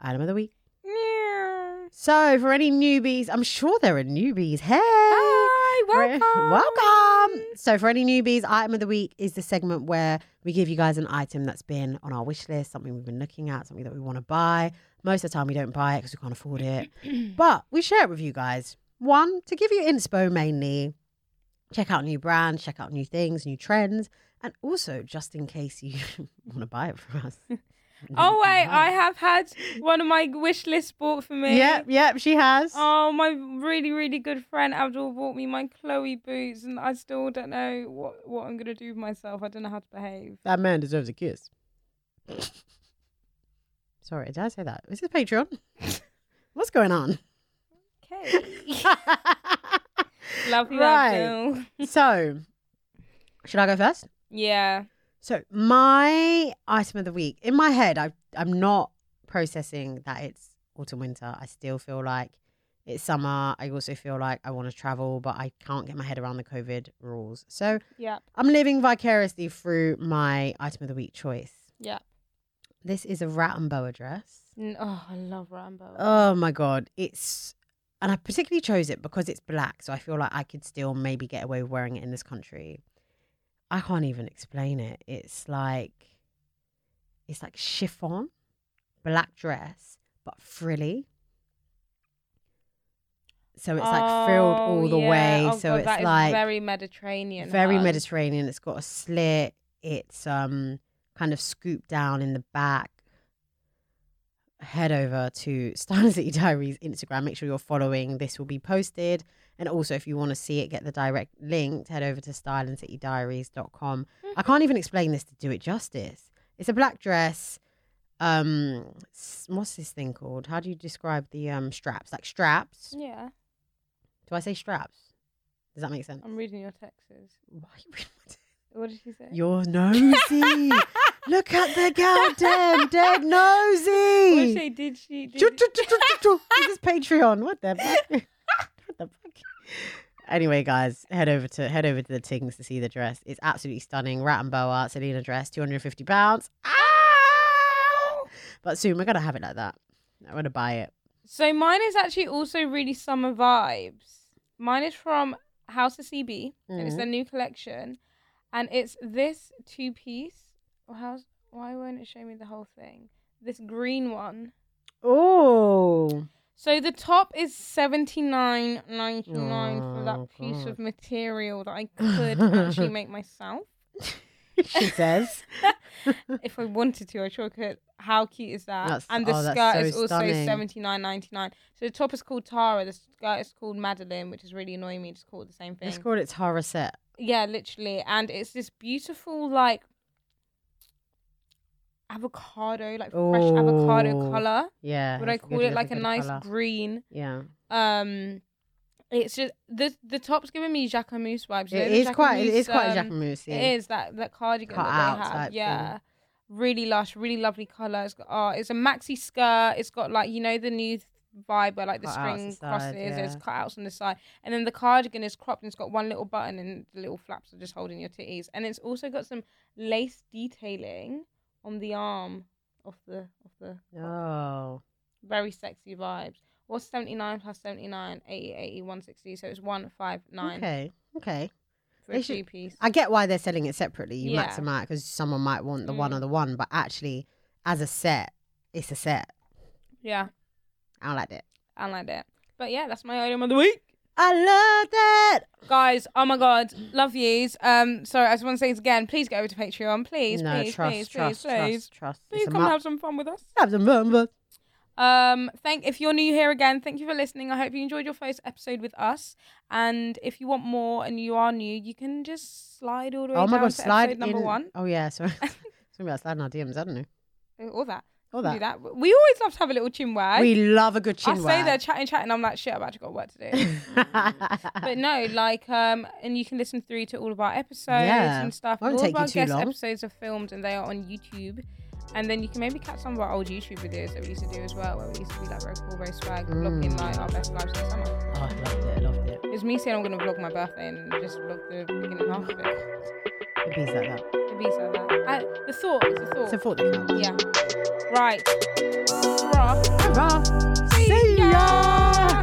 S2: item of the week.
S1: Meow.
S2: So for any newbies, I'm sure there are newbies. Hey,
S1: Hi,
S2: Re-
S1: welcome.
S2: welcome. So for any newbies, item of the week is the segment where we give you guys an item that's been on our wish list, something we've been looking at, something that we want to buy. Most of the time, we don't buy it because we can't afford it, but we share it with you guys. One to give you inspo mainly. Check out new brands, check out new things, new trends, and also just in case you want to buy it from us.
S1: Oh wait, I have had one of my wish lists bought for me.
S2: Yep, yep, she has.
S1: Oh, my really, really good friend Abdul bought me my Chloe boots, and I still don't know what, what I'm gonna do with myself. I don't know how to behave.
S2: That man deserves a kiss. Sorry, did I say that? Is this Patreon? What's going on?
S1: Okay, love you,
S2: Right.
S1: Abdul.
S2: so, should I go first?
S1: Yeah,
S2: So my item of the week in my head, I I'm not processing that it's autumn winter. I still feel like it's summer. I also feel like I want to travel, but I can't get my head around the COVID rules. So
S1: Yep.
S2: I'm living vicariously through my item of the week choice.
S1: Yep.
S2: This is a rat and boa dress.
S1: N- Oh, I love Rambo.
S2: Oh my god, it's and I particularly chose it because it's black, so I feel like I could still maybe get away with wearing it in this country. I can't even explain it. It's like it's like chiffon, black dress, but frilly. So it's like frilled
S1: Oh,
S2: all the
S1: yeah.
S2: way.
S1: Oh,
S2: so
S1: God,
S2: it's
S1: that is
S2: like
S1: very Mediterranean.
S2: very
S1: hun.
S2: Mediterranean. It's got a slit. It's um kind of scooped down in the back. Head over to Stan City Diaries Instagram. Make sure you're following. This will be posted. And also, if you want to see it, get the direct link. Head over to styleandcitydiaries.com. I can't even explain this to do it justice. It's a black dress. Um, s- what's this thing called? How do you describe the um straps? Like straps?
S1: Yeah,
S2: Do I say straps? Does that make sense?
S1: I'm reading your texts.
S2: Why are you reading my
S1: What did she say?
S2: you're nosy. Look at the girl, damn, dead
S1: what did she
S2: nosy.
S1: say? Did she? Did
S2: Choo, choo, choo, choo, choo, choo. this is Patreon. What the fuck? what the fuck? Anyway, guys, head over to head over to the Tings to see the dress. It's absolutely stunning. Rat and boa, Selena dress, two hundred and fifty pounds. But soon we're gonna have it like that. I'm gonna buy it.
S1: So mine is actually also really summer vibes. Mine is from House of CB, and it's their new collection, and it's this two piece. How's why won't it show me the whole thing? This green one.
S2: Oh,
S1: So the top is seventy nine ninety nine for
S2: Oh,
S1: that piece
S2: God.
S1: of material that I could actually make myself.
S2: she says.
S1: if I wanted to, I sure could. How cute is that?
S2: That's-
S1: and the
S2: oh, that's
S1: skirt
S2: so
S1: is also
S2: stunning.
S1: seventy nine ninety nine. So the top is called Tara, the skirt is called Madeline, which is really annoying me. Just call it the same thing.
S2: Let's call it Tara set.
S1: yeah, literally. And it's this beautiful like avocado, like fresh avocado
S2: Ooh.
S1: color.
S2: Yeah.
S1: Would I
S2: it's a
S1: call
S2: good-
S1: it like a
S2: good
S1: nice
S2: colour.
S1: green?
S2: Yeah.
S1: Um, it's just the the top's giving me Jacquemus vibes. you know
S2: It
S1: the
S2: is quite. It
S1: Jacquemus,
S2: is quite
S1: um,
S2: Jacquemus. yeah.
S1: it is that that cardigan
S2: Cut
S1: that
S2: out
S1: they
S2: type
S1: have.
S2: thing.
S1: Yeah. Really lush, really lovely colour. It's got oh, it's a maxi skirt. It's got like you know the new vibe where like the
S2: Cutouts
S1: string
S2: the side,
S1: crosses, there's
S2: yeah.
S1: cutouts on the side. And then the cardigan is cropped and it's got one little button and the little flaps are just holding your titties. And it's also got some lace detailing on the arm of the of the
S2: Oh.
S1: very sexy vibes. What's 79 plus 79? 80, 80, 160. So it's 159
S2: Okay. Okay.
S1: for
S2: They
S1: a
S2: should-
S1: two piece.
S2: I get why they're selling it separately. You
S1: Yeah. Mm.
S2: max them out because someone might want the one or the one, but actually, as a set, it's a set.
S1: Yeah,
S2: I like it.
S1: I like that. But yeah, that's my item of the week.
S2: I love that.
S1: guys oh my god love yous um sorry i just want to say this again please go over to patreon please
S2: no,
S1: please
S2: trust,
S1: please
S2: trust,
S1: please please
S2: trust, trust.
S1: please
S2: It's a
S1: come
S2: mu-
S1: and have some fun with us
S2: have some fun, but
S1: um thank if you're new here again thank you for listening i hope you enjoyed your first episode with us and if you want more and you are new you can just slide all the way
S2: oh
S1: down
S2: my god,
S1: to
S2: slide
S1: episode number
S2: in-
S1: one
S2: Oh yeah, sorry. Something about sliding our DMs. I don't know.
S1: all that
S2: All
S1: We can do
S2: that.
S1: that we always love to have a little chin wag
S2: we love a good chin
S1: I stay there chatting, chatting. I'm like, shit, I've actually got work to do.
S2: but
S1: but no, like, um, and you can listen through to all of our episodes
S2: Yeah.
S1: and stuff.
S2: Won't
S1: all
S2: take
S1: of
S2: you
S1: our
S2: too
S1: guest
S2: long.
S1: episodes are filmed and they are on YouTube. And then you can maybe catch some of our old YouTube videos that we used to do as well, where we used to be like very cool, very swag, vlogging like our best lives in the summer.
S2: Oh, I loved it. I loved it.
S1: It was me saying I'm gonna vlog my birthday and just vlog the beginning half of it.
S2: It bees like that.
S1: It'd be so that. I, the thought, it's a thought.
S2: It's a thought that counts.
S1: yeah. Right. Rob.
S2: Hurrah. See ya.